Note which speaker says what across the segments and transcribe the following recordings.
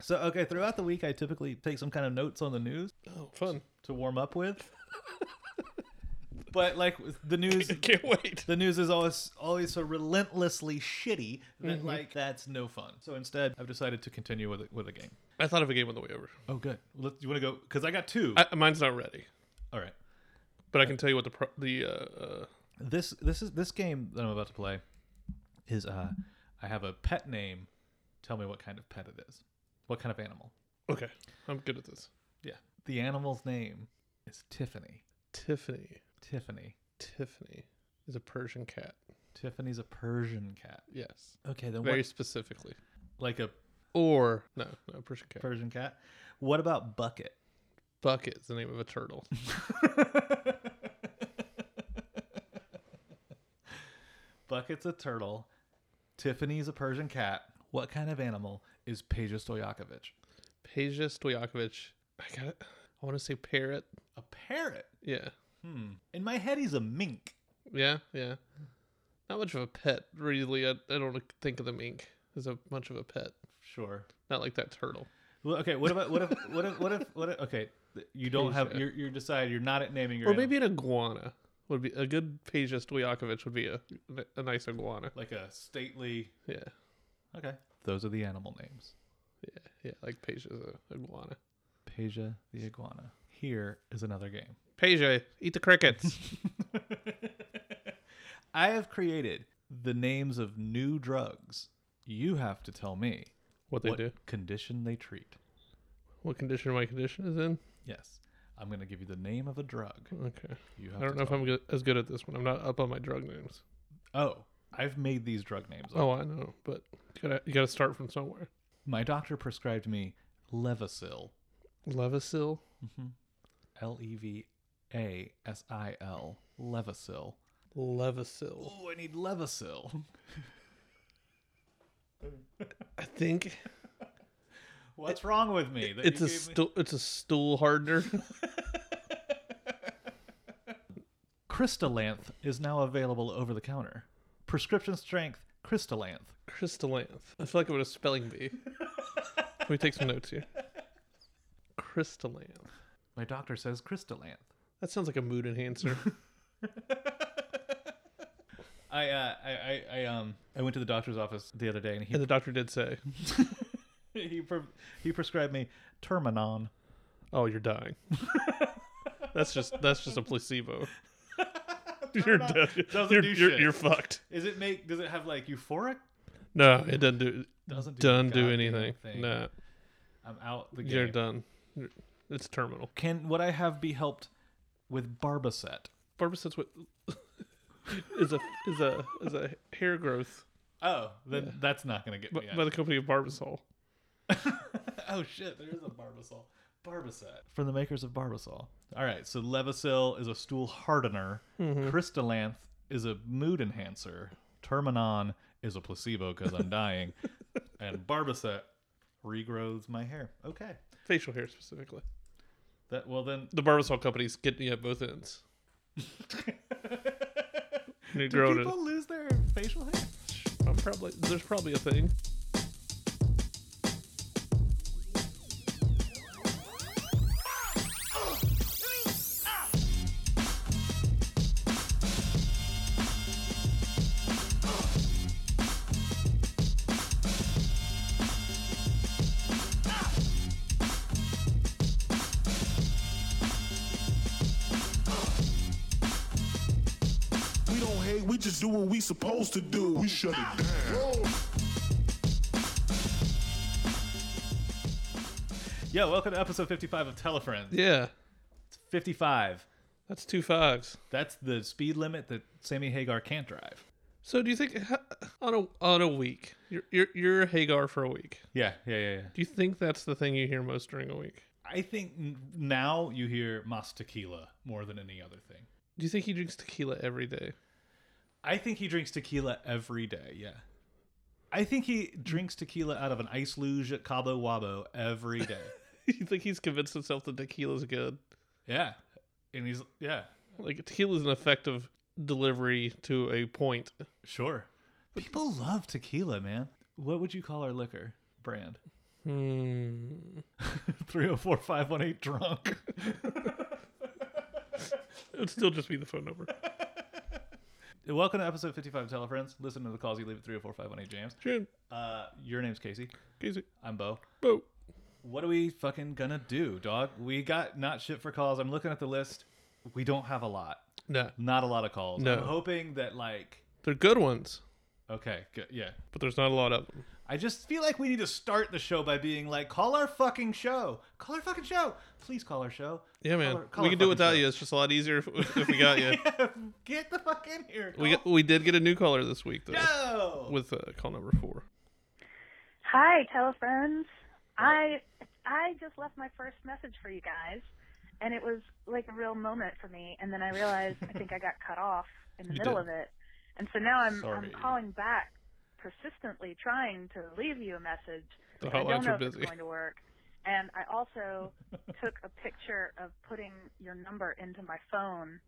Speaker 1: So okay, throughout the week, I typically take some kind of notes on the news
Speaker 2: Oh, fun.
Speaker 1: to warm up with. but like the news,
Speaker 2: Can't wait.
Speaker 1: the news is always always so relentlessly shitty that like that's no fun. So instead, I've decided to continue with a, with a game.
Speaker 2: I thought of a game on the way over.
Speaker 1: Oh, good. Well, let- you want to go? Because I got two.
Speaker 2: I, mine's not ready,
Speaker 1: All right.
Speaker 2: but I can tell you what the pro- the uh, uh,
Speaker 1: This this is this game that I'm about to play is uh I have a pet name. Tell me what kind of pet it is. What kind of animal?
Speaker 2: okay. I'm good at this.
Speaker 1: Yeah. The animal's name is Tiffany.
Speaker 2: Tiffany.
Speaker 1: Tiffany.
Speaker 2: Tiffany is a Persian cat.
Speaker 1: Tiffany's a Persian cat.
Speaker 2: Yes,
Speaker 1: Okay, then
Speaker 2: very
Speaker 1: what?
Speaker 2: specifically.
Speaker 1: Like a
Speaker 2: Or no, no Persian cat.
Speaker 1: Persian cat. What about Bucket?
Speaker 2: Bucket is the name of a turtle.
Speaker 1: Bucket's a turtle. Tiffany's a Persian cat. What kind of animal is Peja Stoyakovich?
Speaker 2: Peja Stoyakovich. I got. I want to say parrot.
Speaker 1: A parrot.
Speaker 2: Yeah,
Speaker 1: Hmm. In my head, he's a mink.
Speaker 2: yeah, yeah. Not much of a pet, really. I, I don't think of the mink as a much of a pet.
Speaker 1: Sure.
Speaker 2: Not like that turtle.
Speaker 1: Well, okay. What about what if what if what if what if? Okay, th- you don't have
Speaker 2: Peja.
Speaker 1: you you decide you're not at naming your
Speaker 2: Or
Speaker 1: animal.
Speaker 2: maybe an iguana would be a good Peja Stoyakovich would be a, a nice iguana.
Speaker 1: like a stately.
Speaker 2: Yeah,
Speaker 1: Okay. Those are the animal names.
Speaker 2: yeah, yeah. Like Peja's a iguana.
Speaker 1: Peja the iguana. Here is another game.
Speaker 2: Peja, eat the crickets.
Speaker 1: I have created the names of new drugs. You have to tell me
Speaker 2: what they
Speaker 1: what
Speaker 2: do?
Speaker 1: condition they treat.
Speaker 2: What condition my condition is in?
Speaker 1: Yes. I'm going to give you the name of a drug.
Speaker 2: Okay.
Speaker 1: You
Speaker 2: I don't know if I'm good, as good at this one. I'm not up on my drug names.
Speaker 1: Oh, I've made these drug names. up.
Speaker 2: Oh, I know, but you gotta you gotta start from somewhere.
Speaker 1: My doctor prescribed me Levasil.
Speaker 2: Levasil.
Speaker 1: L E V A S I L. Levasil.
Speaker 2: Levasil.
Speaker 1: Oh, I need Levasil.
Speaker 2: I think
Speaker 1: What's wrong with me? that
Speaker 2: it's
Speaker 1: you
Speaker 2: a
Speaker 1: gave me-
Speaker 2: stool. It's a stool hardener.
Speaker 1: Crystallanth is now available over the counter. Prescription strength Crystallanth.
Speaker 2: Crystallanth. I feel like I'm at a spelling bee. Let me take some notes here. Crystallanth.
Speaker 1: My doctor says Crystallanth.
Speaker 2: That sounds like a mood enhancer.
Speaker 1: I, uh, I, I, I, um, I went to the doctor's office the other day, and he
Speaker 2: and the doctor did say,
Speaker 1: he, pre- he prescribed me Terminon.
Speaker 2: "Oh, you're dying." that's just that's just a placebo. you're dead.
Speaker 1: doesn't
Speaker 2: you're,
Speaker 1: do
Speaker 2: you're,
Speaker 1: shit.
Speaker 2: you're fucked.
Speaker 1: Is it make? Does it have like euphoric?
Speaker 2: No, it doesn't do
Speaker 1: Doesn't do
Speaker 2: doesn't do
Speaker 1: goddamn
Speaker 2: anything.
Speaker 1: thing.
Speaker 2: No,
Speaker 1: I'm out the
Speaker 2: you're
Speaker 1: game.
Speaker 2: done. You're- It's terminal.
Speaker 1: Can what I have be helped with Barbacet?
Speaker 2: Barbicide what is a is a is a hair growth
Speaker 1: Oh, then that's not gonna get
Speaker 2: b-
Speaker 1: me.
Speaker 2: by
Speaker 1: Out.
Speaker 2: the company of Barbasol.
Speaker 1: oh shit, there is a Barbasol. Barbacet from the makers of Barbasol. All right, so Levasil is a stool hardener. Crystallanth is a mood enhancer. Terminon is a placebo because I'm dying, and Barbacet regrows my hair. Okay,
Speaker 2: Facial hair specifically.
Speaker 1: that well then
Speaker 2: The Barbasol companies get you at both ends.
Speaker 1: Do
Speaker 2: New growing
Speaker 1: people lose their facial hair?
Speaker 2: I'm probably there's probably a thing.
Speaker 3: We don't hate, we just do what we supposed to do. We shut it down.
Speaker 1: Yo, welcome to episode 55 of Telefriends.
Speaker 2: Yeah,
Speaker 1: 55.
Speaker 2: that's two fives.
Speaker 1: That's the speed limit that Sammy Hagar can't drive.
Speaker 2: So do you think on a on a week you're you're, you're Hagar for a week?
Speaker 1: Yeah, yeah, yeah, yeah.
Speaker 2: Do you think that's the thing you hear most during a week?
Speaker 1: I think n- now you hear Mas Tequila more than any other thing.
Speaker 2: Do you think he drinks tequila every day?
Speaker 1: I think he drinks tequila every day, yeah. I think he drinks tequila out of an ice luge at Cabo Wabo every day.
Speaker 2: you think he's convinced himself that tequila's good?
Speaker 1: yeah. And he's, yeah,
Speaker 2: Like tequila's an effective delivery to a point.
Speaker 1: sure. People love tequila, man. What would you call our liquor brand?
Speaker 2: Hmm.
Speaker 1: 304 518 drunk.
Speaker 2: It would still just be the phone number.
Speaker 1: Welcome to episode 55 of Telefriends. Listen to the calls you leave at 304 518 James.
Speaker 2: Jim,
Speaker 1: Uh, your name's Casey.
Speaker 2: Casey,
Speaker 1: I'm Bo.
Speaker 2: Bo.
Speaker 1: What are we fucking gonna do, dog? We got not shit for calls. I'm looking at the list. We don't have a lot.
Speaker 2: Nah,
Speaker 1: Not a lot of calls.
Speaker 2: No.
Speaker 1: I'm hoping that, like,
Speaker 2: they're good ones,
Speaker 1: okay, good, yeah.
Speaker 2: but there's not a lot of them.
Speaker 1: I just feel like we need to start the show by being like, call our fucking show. Call our fucking show. Please call our show.
Speaker 2: Yeah, man,
Speaker 1: Call our- call
Speaker 2: we
Speaker 1: our
Speaker 2: can do it
Speaker 1: fucking
Speaker 2: without
Speaker 1: show.
Speaker 2: you. It's just a lot easier if, if we got you.
Speaker 1: Get the fuck in here.
Speaker 2: We
Speaker 1: Call-
Speaker 2: got, we did get a new caller this week though,
Speaker 1: no.
Speaker 2: with uh, call number four.
Speaker 4: Hi, telefriends. I I just left my first message for you guys, and it was like a real moment for me. And then I realized I think I got cut off in the
Speaker 2: You
Speaker 4: middle
Speaker 2: did.
Speaker 4: of it, and so now I'm
Speaker 1: Sorry.
Speaker 4: I'm calling back persistently trying to leave you a message.
Speaker 2: The
Speaker 4: I don't
Speaker 2: hotlines
Speaker 4: know
Speaker 2: are
Speaker 4: if it's
Speaker 2: busy.
Speaker 4: going to work. And I also took a picture of putting your number into my phone,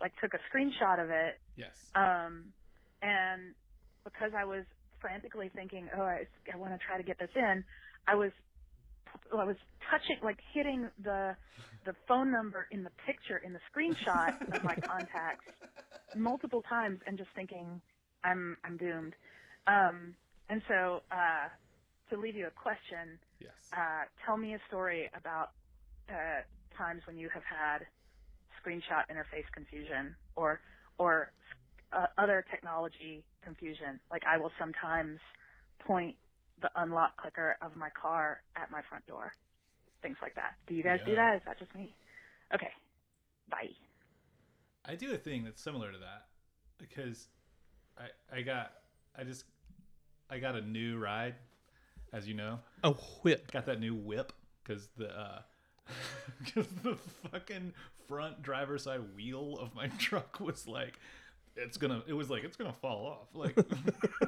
Speaker 4: like took a screenshot of it
Speaker 1: yes.
Speaker 4: um, and because I was frantically thinking, oh, I, I want to try to get this in, I was I was touching, like hitting the the phone number in the picture in the screenshot of my contacts multiple times, and just thinking, I'm I'm doomed. Um, and so uh, to leave you a question,
Speaker 1: Yes.
Speaker 4: uh, tell me a story about uh, times when you have had screenshot interface confusion or or uh, other technology confusion. Like I will sometimes point the unlock clicker of my car at my front door, things like that. Do you guys do
Speaker 1: Yeah.
Speaker 4: that? Is that just me? Okay, bye.
Speaker 1: I do a thing that's similar to that because I I got I just I got a new ride, as you know.
Speaker 2: A whip.
Speaker 1: Got that new whip because the uh, because the fucking front driver's side wheel of my truck was like it's gonna it was like it's gonna fall off like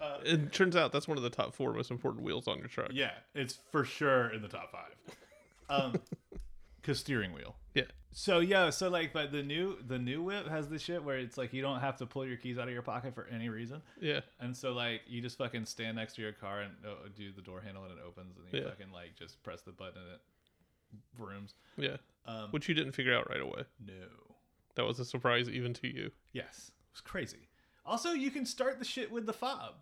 Speaker 1: uh,
Speaker 2: It turns out that's one of the top four most important wheels on your truck.
Speaker 1: yeah it's for sure in the top five um because steering wheel
Speaker 2: Yeah.
Speaker 1: So yeah, so like, but the new the new whip has this shit where it's like you don't have to pull your keys out of your pocket for any reason,
Speaker 2: Yeah.
Speaker 1: and so like you just fucking stand next to your car and uh, do the door handle and it opens, and you
Speaker 2: Yeah.
Speaker 1: fucking like just press the button and it rooms.
Speaker 2: Yeah.
Speaker 1: Um,
Speaker 2: Which you didn't figure out right away.
Speaker 1: no,
Speaker 2: That was a surprise even to you.
Speaker 1: yes, it was crazy. Also, you can start the shit with the fob.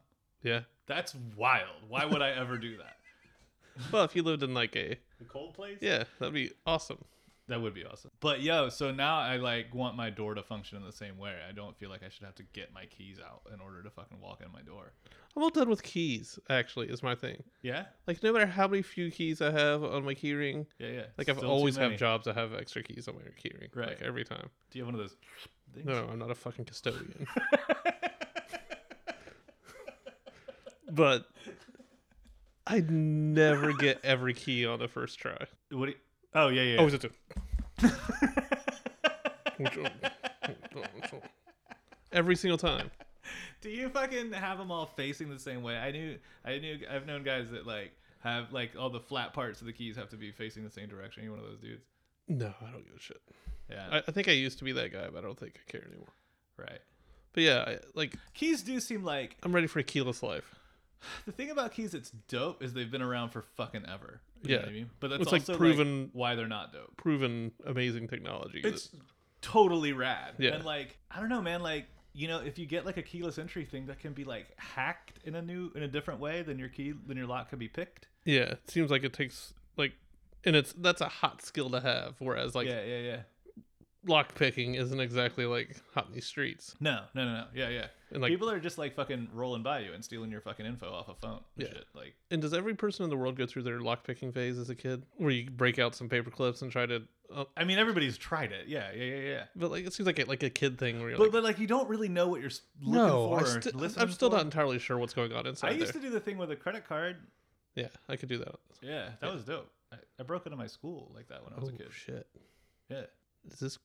Speaker 2: Yeah.
Speaker 1: That's wild. Why would I ever do that?
Speaker 2: Well, if you lived in like a
Speaker 1: The cold place.
Speaker 2: yeah, that'd be awesome.
Speaker 1: That would be awesome. But yo, so now I like want my door to function in the same way. I don't feel like I should have to get my keys out in order to fucking walk in my door.
Speaker 2: I'm all done with keys. Actually, is my thing.
Speaker 1: Yeah?
Speaker 2: Like no matter how many few keys I have on my keyring,
Speaker 1: Yeah, yeah.
Speaker 2: like I've
Speaker 1: Still too
Speaker 2: always have
Speaker 1: many.
Speaker 2: jobs I have extra keys on my keyring.
Speaker 1: Right.
Speaker 2: Like every time.
Speaker 1: Do you have one of those things?
Speaker 2: No, I'm not a fucking custodian. but I never get every key on the first try.
Speaker 1: What do you, oh yeah, yeah.
Speaker 2: Oh, is it two? every single time.
Speaker 1: do you fucking have them all facing the same way? I knew, I knew, I've known guys that like have like all the flat parts of the keys have to be facing the same direction. You one of those dudes?
Speaker 2: No, I don't give a shit.
Speaker 1: Yeah,
Speaker 2: I, I think I used to be that guy, but I don't think I care anymore.
Speaker 1: right.
Speaker 2: But yeah, I, like
Speaker 1: Keys do seem like
Speaker 2: I'm ready for a keyless life.
Speaker 1: the thing about keys that's dope is they've been around for fucking ever. You know
Speaker 2: Yeah.
Speaker 1: what I mean? but that's
Speaker 2: It's, like,
Speaker 1: also
Speaker 2: proven-
Speaker 1: why they're not dope.
Speaker 2: Proven amazing technology. that-
Speaker 1: it's totally rad.
Speaker 2: Yeah.
Speaker 1: And like, I don't know, man. Like, you know, if you get like a keyless entry thing that can be like hacked in a new, in a different way, then your key, then your lock can be picked.
Speaker 2: yeah, it seems like it takes like, and it's that's a hot skill to have. Whereas like
Speaker 1: yeah, yeah, yeah.
Speaker 2: lock picking isn't exactly like hot in these streets.
Speaker 1: No, no, no, no. Yeah, yeah.
Speaker 2: And like,
Speaker 1: People are just like fucking rolling by you and stealing your fucking info off a phone. and
Speaker 2: Yeah.
Speaker 1: Shit. Like,
Speaker 2: and does every person in the world go through their lock picking phase as a kid, where you break out some paper clips and try to? Uh,
Speaker 1: I mean, everybody's tried it. Yeah, yeah, yeah, yeah.
Speaker 2: but like, it seems like a, like a kid thing where you're
Speaker 1: But
Speaker 2: like,
Speaker 1: but like, you don't really know what you're s- looking
Speaker 2: no,
Speaker 1: for.
Speaker 2: I
Speaker 1: or
Speaker 2: sti-
Speaker 1: listening
Speaker 2: I'm still
Speaker 1: for.
Speaker 2: not entirely sure what's going on inside
Speaker 1: I used
Speaker 2: there.
Speaker 1: to do the thing with a credit card.
Speaker 2: Yeah, I could do that.
Speaker 1: Yeah, that was dope. I, I broke into my school like that when I was
Speaker 2: Oh
Speaker 1: a kid.
Speaker 2: shit!
Speaker 1: Yeah.
Speaker 2: Is this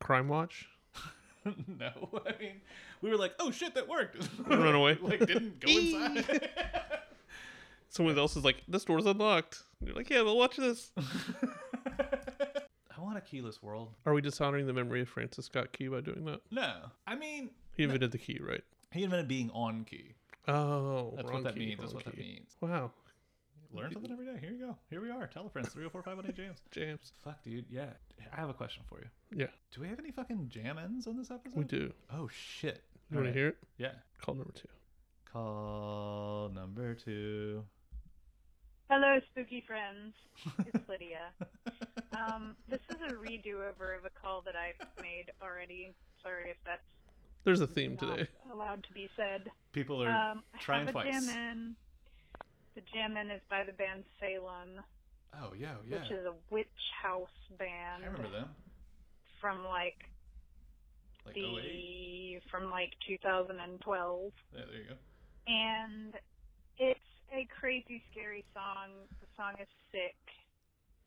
Speaker 2: Crime Watch?
Speaker 1: no, I mean, we were like, "Oh shit, that worked!"
Speaker 2: Run away.
Speaker 1: like didn't go
Speaker 2: Eee.
Speaker 1: inside.
Speaker 2: Someone else is like, this door's unlocked. And you're like, yeah, but watch this.
Speaker 1: I want a keyless world.
Speaker 2: Are we dishonoring the memory of Francis Scott Key by doing that?
Speaker 1: No, I mean,
Speaker 2: He invented the key, right?
Speaker 1: he invented being on key.
Speaker 2: Oh,
Speaker 1: That's
Speaker 2: wrong
Speaker 1: what that
Speaker 2: key,
Speaker 1: means.
Speaker 2: wrong
Speaker 1: That's what that
Speaker 2: key.
Speaker 1: means.
Speaker 2: Wow,
Speaker 1: learn something every day. Here you go. Here we are. Tell a oh friends. 304 James.
Speaker 2: James.
Speaker 1: Fuck, dude. Yeah. I have a question for you.
Speaker 2: Yeah,
Speaker 1: Do we have any fucking jam ends on this episode?
Speaker 2: we do.
Speaker 1: Oh, shit.
Speaker 2: You want
Speaker 1: Alright.
Speaker 2: to hear it?
Speaker 1: Yeah.
Speaker 2: Call number two.
Speaker 1: Call number two.
Speaker 5: Hello, spooky friends. It's Lydia. um, this is a redo over of a call that I made already. Sorry if that's
Speaker 2: There's a theme
Speaker 5: not
Speaker 2: today.
Speaker 5: allowed to be said.
Speaker 1: People are
Speaker 5: Um, I
Speaker 1: trying
Speaker 5: have a
Speaker 1: twice.
Speaker 5: jam in. The jam in is by the band Salem,
Speaker 1: Oh, yeah, yeah.
Speaker 5: which is a witch house
Speaker 1: I
Speaker 5: band
Speaker 1: remember them.
Speaker 5: from like
Speaker 1: Like, oh, eight.
Speaker 5: the from like 2012.
Speaker 1: Yeah, there you go.
Speaker 5: and it's a crazy scary song. The song is sick,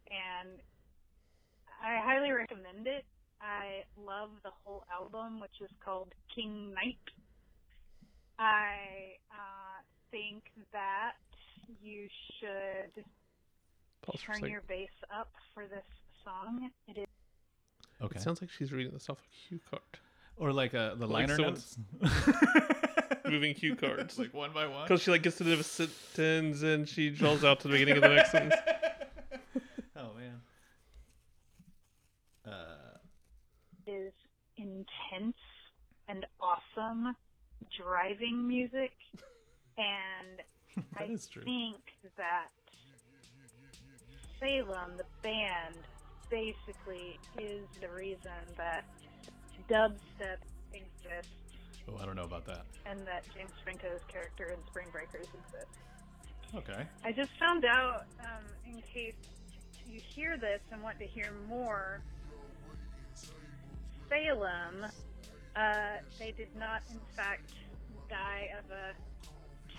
Speaker 5: and I highly recommend it. I love the whole album, which is called King Knight. I uh, think that you should
Speaker 2: Pause for a
Speaker 5: turn
Speaker 2: second.
Speaker 5: your bass up for this song. It is
Speaker 1: Okay.
Speaker 2: It sounds like she's reading this off a cue card.
Speaker 1: or like uh, the liner
Speaker 2: someone's-
Speaker 1: notes.
Speaker 2: Moving cue cards.
Speaker 1: It's like one by one.
Speaker 2: Because she like gets to the end of a sentence and she draws out to the beginning of the next sentence.
Speaker 1: Oh, man. Uh,
Speaker 5: is intense and awesome driving music and
Speaker 1: that
Speaker 5: I
Speaker 1: is true.
Speaker 5: think that Salem, the band, basically is the reason that dubstep exists
Speaker 1: Oh, I don't know about that.
Speaker 5: and that James Franco's character in Spring Breakers exists.
Speaker 1: Okay.
Speaker 5: I just found out, um, in case you hear this and want to hear more, Salem, uh, they did not, in fact, die of a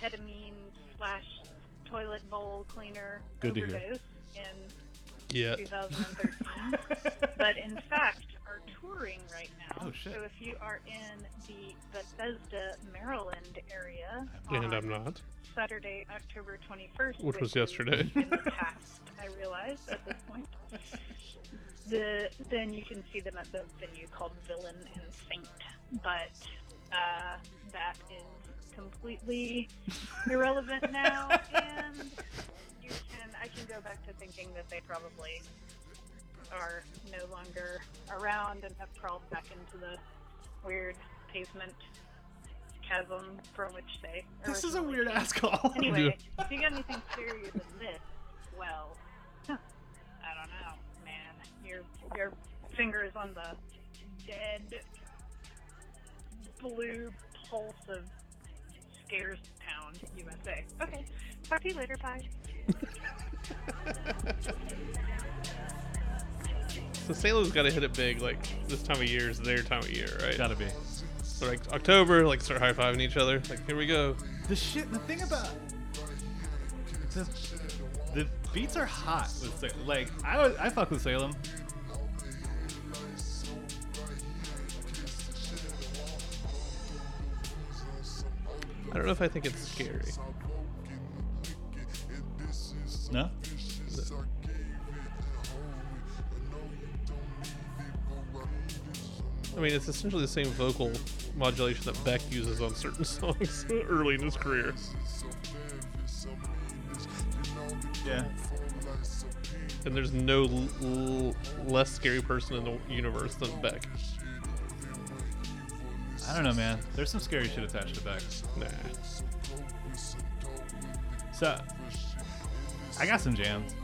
Speaker 5: ketamine slash toilet bowl cleaner
Speaker 1: Good to hear.
Speaker 5: overdose
Speaker 2: Yeah.
Speaker 5: in 2013, but in fact are touring right now.
Speaker 1: Oh, shit.
Speaker 5: So if you are in the Bethesda, Maryland area,
Speaker 2: And
Speaker 5: on
Speaker 2: I'm not.
Speaker 5: Saturday, October 21st,
Speaker 2: Which was
Speaker 5: is
Speaker 2: yesterday.
Speaker 5: In the past, I realized at this point. The then you can see them at the venue called Villain and Saint, but uh, that is completely irrelevant now, and you can I can go back to thinking that they probably are no longer around and have crawled back into the weird pavement chasm from which they.
Speaker 1: This is a
Speaker 5: originally
Speaker 1: weird ass call.
Speaker 5: Anyway, if you got anything scarier than this, well, I don't know, man. Your your finger is on the dead blue pulse of scares town, USA. Okay, talk to you later. Bye.
Speaker 2: So Salem's got to hit it big. Like this time of year is their time of year, right?
Speaker 1: Gotta be.
Speaker 2: So like October, like start high fiving each other. Like here we go.
Speaker 1: The shit. The thing about the, the beats are hot. With Sa- like I, was- I fuck with Salem.
Speaker 2: I don't know if I think it's scary.
Speaker 1: No.
Speaker 2: I mean, it's essentially the same vocal modulation that Beck uses on certain songs early in his career.
Speaker 1: Yeah.
Speaker 2: And there's no l- l- less scary person in the universe than Beck.
Speaker 1: I don't know, man. There's some scary shit attached to Beck.
Speaker 2: Nah.
Speaker 1: So I got some jams.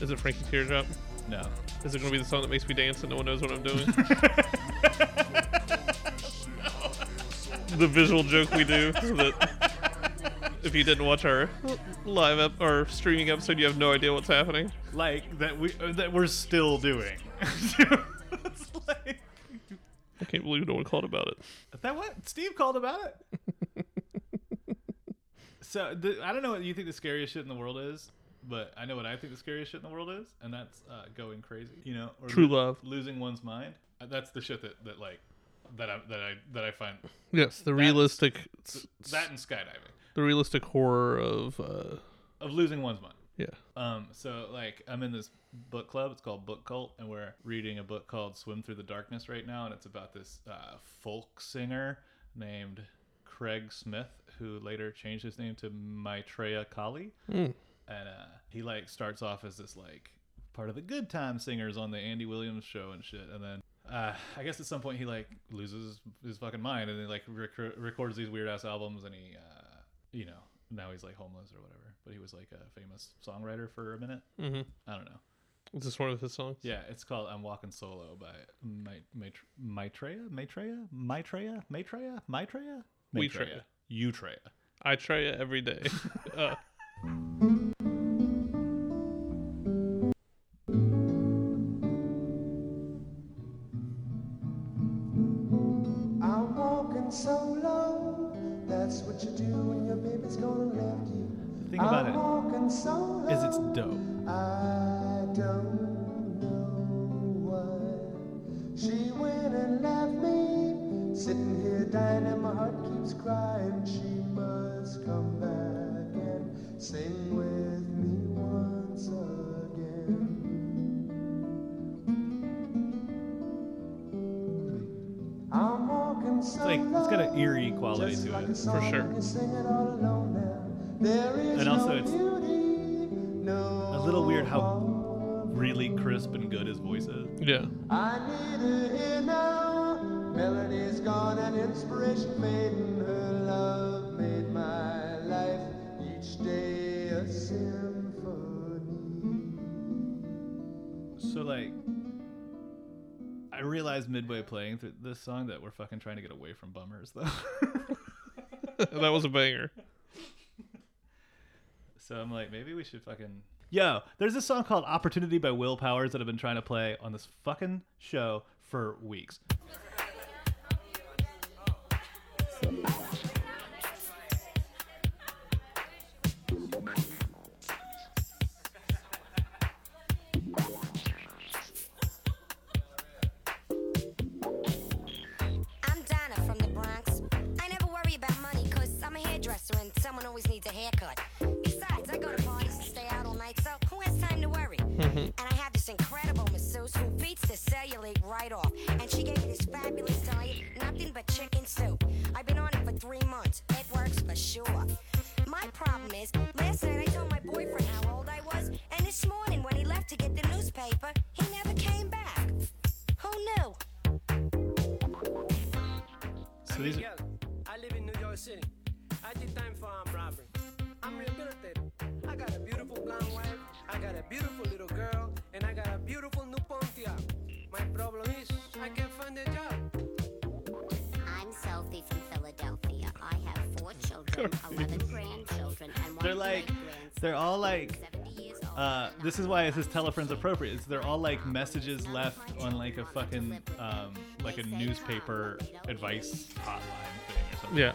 Speaker 2: Is it Frankie Teardrop?
Speaker 1: No.
Speaker 2: Is it gonna be the song that makes me dance and no one knows what I'm doing? the visual joke we do so that if you didn't watch our live up or streaming episode, you have no idea what's happening.
Speaker 1: Like that we uh, that we're still doing. it's like
Speaker 2: I can't believe no one called about it.
Speaker 1: that what Steve called about it. so the, I don't know what you think the scariest shit in the world is, but I know what I think the scariest shit in the world is, and that's uh, going crazy. You know, or
Speaker 2: True
Speaker 1: lo-
Speaker 2: love.
Speaker 1: losing one's mind. Uh, That's the shit that, that like that I that I that I find
Speaker 2: Yes, the realistic,
Speaker 1: that and skydiving
Speaker 2: the realistic horror of uh,
Speaker 1: of losing one's mind.
Speaker 2: yeah.
Speaker 1: Um, so like I'm in this book club. It's called Book Cult, and we're reading a book called Swim Through the Darkness right now, and it's about this uh, folk singer named Craig Smith who later changed his name to Maitreya Kali. And uh, he like starts off as this like part of the good time singers on the Andy Williams show and shit. And then uh, I guess at some point he like loses his fucking mind and then like rec- records these weird ass albums and he, uh, you know, now he's like homeless or whatever. But he was like a famous songwriter for a minute.
Speaker 2: Mhm.
Speaker 1: I don't know.
Speaker 2: Is this one of his songs?
Speaker 1: Yeah, it's called "I'm Walking Solo" by Ma- Mait- Maitreya, Maitreya, Maitreya, Maitreya, Maitreya,
Speaker 2: Maitreya.
Speaker 1: Eutreya.
Speaker 2: I try it every day. uh,
Speaker 6: I'm walking solo. That's what you do when your baby's gonna love you.
Speaker 1: The thing about
Speaker 6: I'm
Speaker 1: it
Speaker 6: walking solo.
Speaker 1: is, it's dope.
Speaker 6: I don't know why she went and left me. Sitting here dying and my heart keeps crying. She must come back and sing with me once again. I'm walking
Speaker 1: It's like it's got an eerie quality
Speaker 6: just
Speaker 1: to
Speaker 6: like a
Speaker 1: it.
Speaker 6: song,
Speaker 2: sure.
Speaker 6: you sing it all alone now. There is
Speaker 1: And also
Speaker 6: no
Speaker 1: it's
Speaker 6: beauty, no
Speaker 1: A little weird how really crisp and good his voice is.
Speaker 2: yeah.
Speaker 6: I need her here now. Melody's gone and inspiration fading. Her love made my life each day a symphony.
Speaker 1: So like, I realized midway playing through this song that we're fucking trying to get away from bummers though.
Speaker 2: that was a banger.
Speaker 1: So I'm like, maybe we should fucking. Yo, there's this song called Opportunity by Will Powers that I've been trying to play on this fucking show for weeks.
Speaker 7: I'm Donna from the Bronx. I never worry about money because I'm a hairdresser and someone always needs a haircut. Besides, I go to parties and stay out all night, so who has time to worry? And I have this incredible masseuse who beats the cellulite right off. And she gave me this fabulous diet, nothing but chicken soup. I've been on it for three months. It works for sure. My problem is, last night I told my boyfriend how old I was, and this morning when he left to get the newspaper, he never came back. Who knew?
Speaker 1: So these are,
Speaker 8: Miguel, I live in New York City. I did time for armed robbery. I'm rehabilitated. I got a beautiful blonde wife. I got a beautiful little girl, and I got a beautiful new Pontiac. My problem is I can't find a job.
Speaker 7: I'm Sophie from Philadelphia. I have four children, 11 grandchildren, and one
Speaker 1: they're like, they're all like. Uh, this is why it says telefriends appropriate. It's they're all like messages left on like a fucking um, like a newspaper advice hotline thing or something.
Speaker 2: Yeah.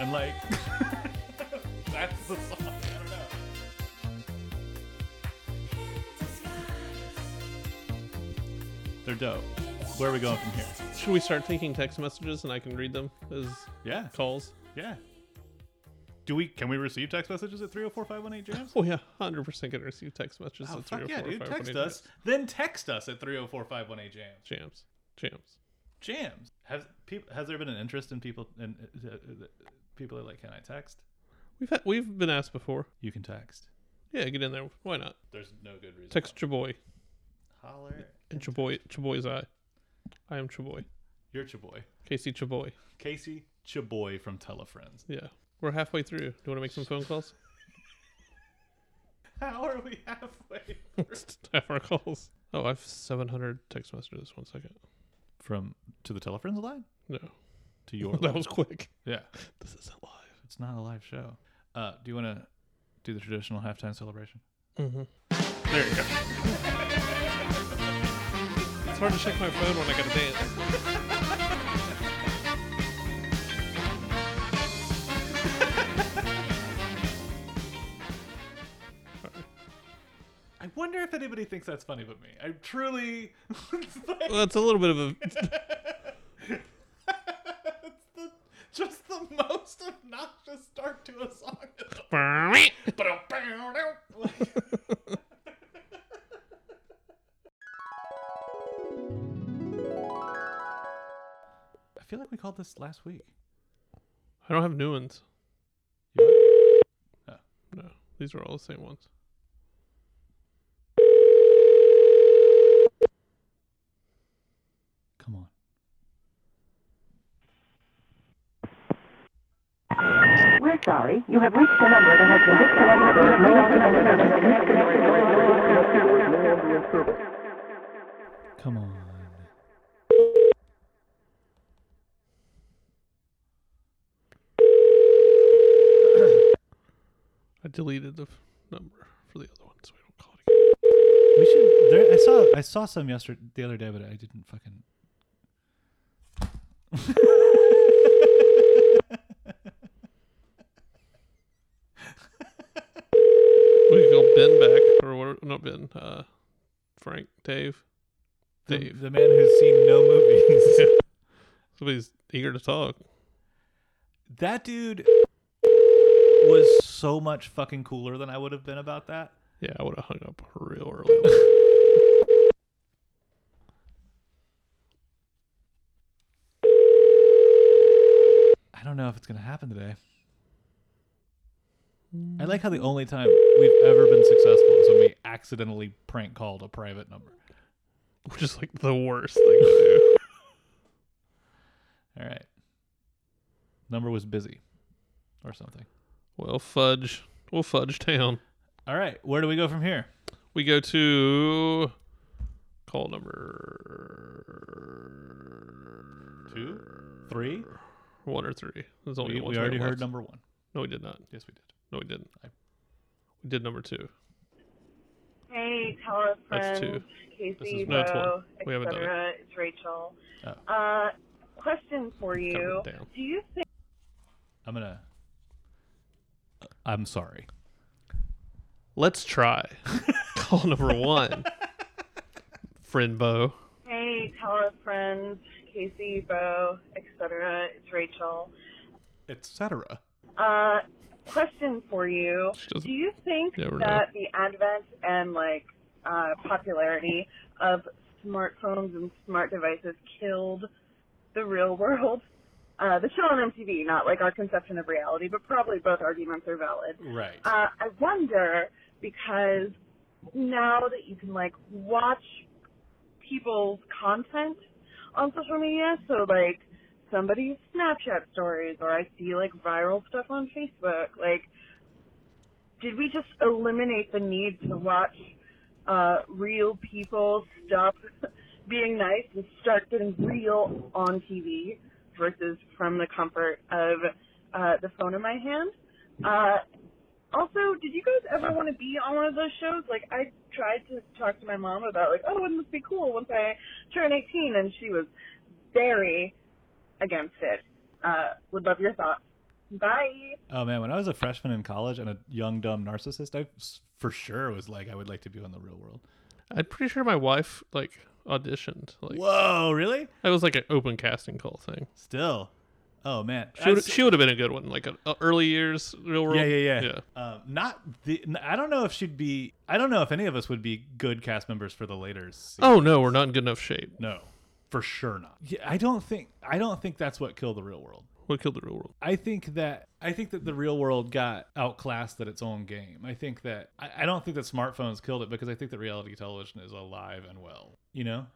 Speaker 1: And like, that's the song. I don't know. They're dope. Where are we going from here?
Speaker 2: Should we start taking text messages and I can read them as
Speaker 1: Yeah.
Speaker 2: calls?
Speaker 1: Yeah. Do we can we receive text messages at 304-518 Jams?
Speaker 2: Oh yeah, hundred percent gonna receive text messages.
Speaker 1: Oh,
Speaker 2: at
Speaker 1: fuck yeah,
Speaker 2: 304-518
Speaker 1: dude. Text us. Then text us at 304-518 Jams.
Speaker 2: Jams, jams.
Speaker 1: Jams. Has people has there been an interest in people and uh, uh, people are like, "Can I text?"
Speaker 2: We've had, we've been asked before.
Speaker 1: You can text.
Speaker 2: Yeah, get in there. Why not?
Speaker 1: There's no good reason.
Speaker 2: Text your boy
Speaker 1: holler.
Speaker 2: and your boy, your boy's eye. I am your boy,
Speaker 1: You're Chaboy.
Speaker 2: Casey your boy.
Speaker 1: Casey Chaboy from Telefriends.
Speaker 2: Yeah, we're halfway through. Do you want to make some phone calls?
Speaker 1: How are we halfway?
Speaker 2: Half our calls. Oh, I have seven hundred text messages. One second.
Speaker 1: From to the Telefriends line
Speaker 2: No,
Speaker 1: to your
Speaker 2: that
Speaker 1: line.
Speaker 2: was quick.
Speaker 1: yeah.
Speaker 2: This isn't live.
Speaker 1: It's not a live show. Uh, do you want to do the traditional halftime celebration?
Speaker 2: There you go. it's hard to check my phone when I gotta dance.
Speaker 1: I wonder if anybody thinks that's funny but me. I truly. it's like,
Speaker 2: Well, that's a little bit of a
Speaker 1: it's the, just the most obnoxious start to a song. I feel like we called this last week.
Speaker 2: I don't have new ones.
Speaker 1: Oh.
Speaker 2: No, these are all the same ones.
Speaker 1: Come on.
Speaker 9: We're sorry. You have reached the number that has been disconnected.
Speaker 1: Come on.
Speaker 2: I deleted the f- number for the other one, so we don't call it again.
Speaker 1: We should. There, I saw. I saw some yesterday, the other day, but I didn't fucking.
Speaker 2: We could go Ben back or what? Not Ben. Uh, Frank, Dave,
Speaker 1: The,
Speaker 2: Dave.
Speaker 1: the man who's seen no movies.
Speaker 2: Somebody's eager to talk.
Speaker 1: That dude was so much fucking cooler than I would have been about that.
Speaker 2: Yeah, I would have hung up real early.
Speaker 1: I don't know if it's gonna happen today. I like how the only time we've ever been successful is when we accidentally prank called a private number.
Speaker 2: Which is like the worst thing to do.
Speaker 1: All right. Number was busy or something.
Speaker 2: well, fudge. Well, fudge town.
Speaker 1: All right. Where do we go from here?
Speaker 2: We go to call number
Speaker 1: Two, three.
Speaker 2: one or three. There's only
Speaker 1: We,
Speaker 2: one
Speaker 1: we
Speaker 2: time
Speaker 1: already
Speaker 2: left.
Speaker 1: heard number one.
Speaker 2: No, we did not.
Speaker 1: Yes, we did.
Speaker 2: No, we didn't.
Speaker 1: I-
Speaker 2: We did number two.
Speaker 5: Hey, tell a
Speaker 2: That's two.
Speaker 5: friend. Casey,
Speaker 2: is- no, it's
Speaker 5: Bo,
Speaker 2: one. We haven't done it.
Speaker 5: etc. It's Rachel.
Speaker 1: Oh.
Speaker 5: Uh, question for you.
Speaker 2: Covered down.
Speaker 5: Do you think
Speaker 1: I'm gonna. I'm sorry.
Speaker 2: Let's try call number one. Friend Bo.
Speaker 5: hey, tell a friend. Casey, Bo, etc. It's Rachel.
Speaker 1: Etc.
Speaker 5: Uh, question for you.
Speaker 2: She doesn't-
Speaker 5: Do you think
Speaker 2: Never
Speaker 5: that the advent and like uh, popularity of smartphones and smart devices killed the real world? Uh, the show on MTV, not like our conception of reality, but probably both arguments are valid.
Speaker 1: Right.
Speaker 5: Uh, I wonder because now that you can like watch people's content on social media, so like somebody's Snapchat stories or I see like viral stuff on Facebook, like did we just eliminate the need to watch uh, real people stop being nice and start getting real on TV versus from the comfort of uh, the phone in my hand? Uh, also, did you guys ever want to be on one of those shows? Like, I tried to talk to my mom about, like, oh, wouldn't this be cool once I turn 18? And she was very against it. Uh, would love your thoughts. Bye.
Speaker 1: Oh man, when I was a freshman in college and a young dumb narcissist, I s- for sure was like, I would like to be on the real world.
Speaker 2: I'm pretty sure my wife like auditioned. Like
Speaker 1: Whoa, really?
Speaker 2: it was like an open casting call thing.
Speaker 1: Still. Oh man,
Speaker 2: She would
Speaker 1: That's-
Speaker 2: she would have been a good one. Like a, a early years real world.
Speaker 1: yeah, yeah, yeah.
Speaker 2: Yeah.
Speaker 1: Um, not the. n- I don't know if she'd be. I don't know if any of us would be good cast members for the later. Season.
Speaker 2: Oh no, we're not in good enough shape.
Speaker 1: no, for sure not. Yeah, I don't think. I don't think that's what killed the real world.
Speaker 2: What killed the real world?
Speaker 1: I think that I think that the real world got outclassed at its own game. I think that I, I don't think that smartphones killed it because I think that reality television is alive and well. You know,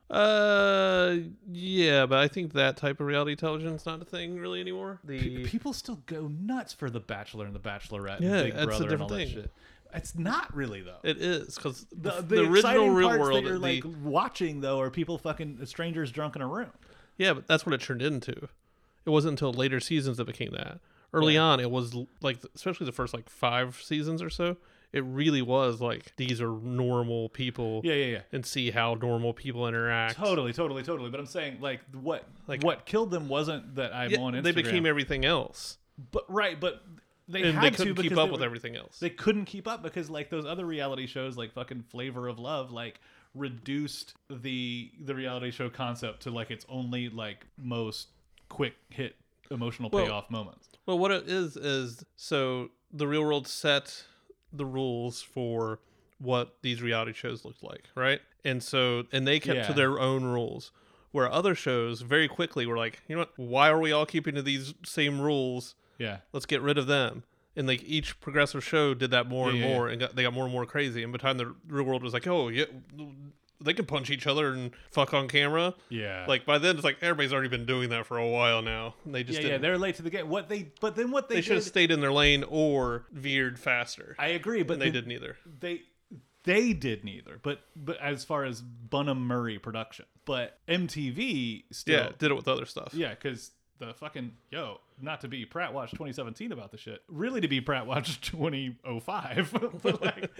Speaker 2: Uh, yeah, but I think that type of reality television's not a thing really anymore. The
Speaker 1: people still go nuts for The Bachelor and The Bachelorette
Speaker 2: Yeah,
Speaker 1: and Big
Speaker 2: that's a
Speaker 1: Brother and all
Speaker 2: different
Speaker 1: that
Speaker 2: thing.
Speaker 1: shit. It's not really though.
Speaker 2: it is because
Speaker 1: the,
Speaker 2: the, the,
Speaker 1: the,
Speaker 2: original
Speaker 1: exciting
Speaker 2: real
Speaker 1: parts
Speaker 2: world.
Speaker 1: that you're
Speaker 2: the-
Speaker 1: like watching though are people fucking uh, strangers drunk in a room.
Speaker 2: yeah, but that's what it turned into. It wasn't until later seasons that became that. Early on, it was l- like especially the first like five seasons or so. It really was like these are normal people.
Speaker 1: Yeah, yeah, yeah.
Speaker 2: And see how normal people interact.
Speaker 1: Totally, totally, totally. But I'm saying like what like
Speaker 2: Like-
Speaker 1: what killed them wasn't that I'm
Speaker 2: Yeah,
Speaker 1: on Instagram.
Speaker 2: they became everything else,
Speaker 1: but right, but they
Speaker 2: and
Speaker 1: had
Speaker 2: they
Speaker 1: to
Speaker 2: couldn't keep
Speaker 1: because
Speaker 2: up
Speaker 1: they
Speaker 2: with
Speaker 1: were-
Speaker 2: everything else.
Speaker 1: They couldn't keep up because like those other reality shows like fucking Flavor of Love like reduced the the reality show concept to like its only like most quick hit emotional
Speaker 2: Well,
Speaker 1: payoff moments.
Speaker 2: Well, what it is is so the real world set the rules for what these reality shows looked like, right? And so and they kept to
Speaker 1: Yeah.
Speaker 2: their own rules. Where other shows very quickly were like, you know what? Why are we all keeping to these same rules?
Speaker 1: Yeah.
Speaker 2: Let's get rid of them. And like each progressive show did that more and
Speaker 1: Yeah, yeah,
Speaker 2: more, and got, they got more and more crazy. And by the time the real world was like, oh yeah, they can punch each other and fuck on camera.
Speaker 1: Yeah.
Speaker 2: Like by then, it's like everybody's already been doing that for a while now. And they just
Speaker 1: yeah, yeah,
Speaker 2: didn't.
Speaker 1: they're late to the game. What they but then what they,
Speaker 2: they should have
Speaker 1: did-
Speaker 2: stayed in their lane or veered faster.
Speaker 1: I agree, but
Speaker 2: and they
Speaker 1: the-
Speaker 2: didn't either.
Speaker 1: They they did neither. But but as far as Bunham Murray production, but MTV still
Speaker 2: Yeah, did it with other stuff.
Speaker 1: Yeah, because the fucking yo, not to be Pratt Watch 2017 about the shit, really to be Pratt Watch 2005. but like,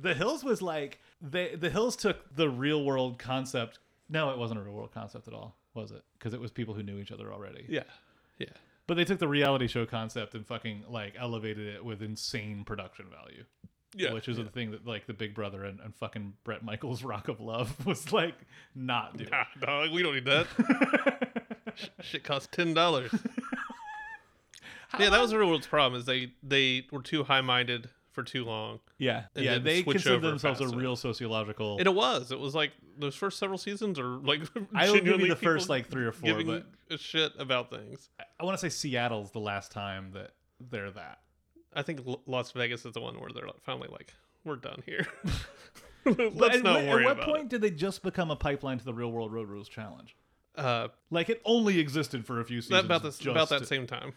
Speaker 1: the Hills was like they the Hills took the real world concept. No, it wasn't a real world concept at all, was it? Because it was people who knew each other already.
Speaker 2: Yeah, yeah.
Speaker 1: But they took the reality show concept and fucking like elevated it with insane production value.
Speaker 2: Yeah,
Speaker 1: Which is the thing that like the Big Brother and, and fucking Brett Michaels Rock of Love was like not doing.
Speaker 2: Ah, dog, we don't need that. Shit costs ten dollars. yeah, that was the real world's problem. Is they they were too high minded for too long.
Speaker 1: Yeah.
Speaker 2: And
Speaker 1: yeah,
Speaker 2: then
Speaker 1: they
Speaker 2: switch
Speaker 1: considered
Speaker 2: over
Speaker 1: themselves
Speaker 2: faster.
Speaker 1: a real sociological
Speaker 2: And it was. It was like those first several seasons are like
Speaker 1: I will give you
Speaker 2: genuinely
Speaker 1: the first,
Speaker 2: people
Speaker 1: like, three or four,
Speaker 2: giving
Speaker 1: but-
Speaker 2: a shit about things.
Speaker 1: I want to say Seattle's the last time that they're that.
Speaker 2: I think L- Las Vegas is the one where they're like, finally like, we're done here. Let's
Speaker 1: at,
Speaker 2: not
Speaker 1: wh-
Speaker 2: worry
Speaker 1: At what
Speaker 2: about
Speaker 1: point did they just become a pipeline to the Real World Road Rules Challenge?
Speaker 2: it. Uh,
Speaker 1: Like it only existed for a few
Speaker 2: that
Speaker 1: seasons.
Speaker 2: about this about
Speaker 1: just
Speaker 2: that
Speaker 1: to-
Speaker 2: same time.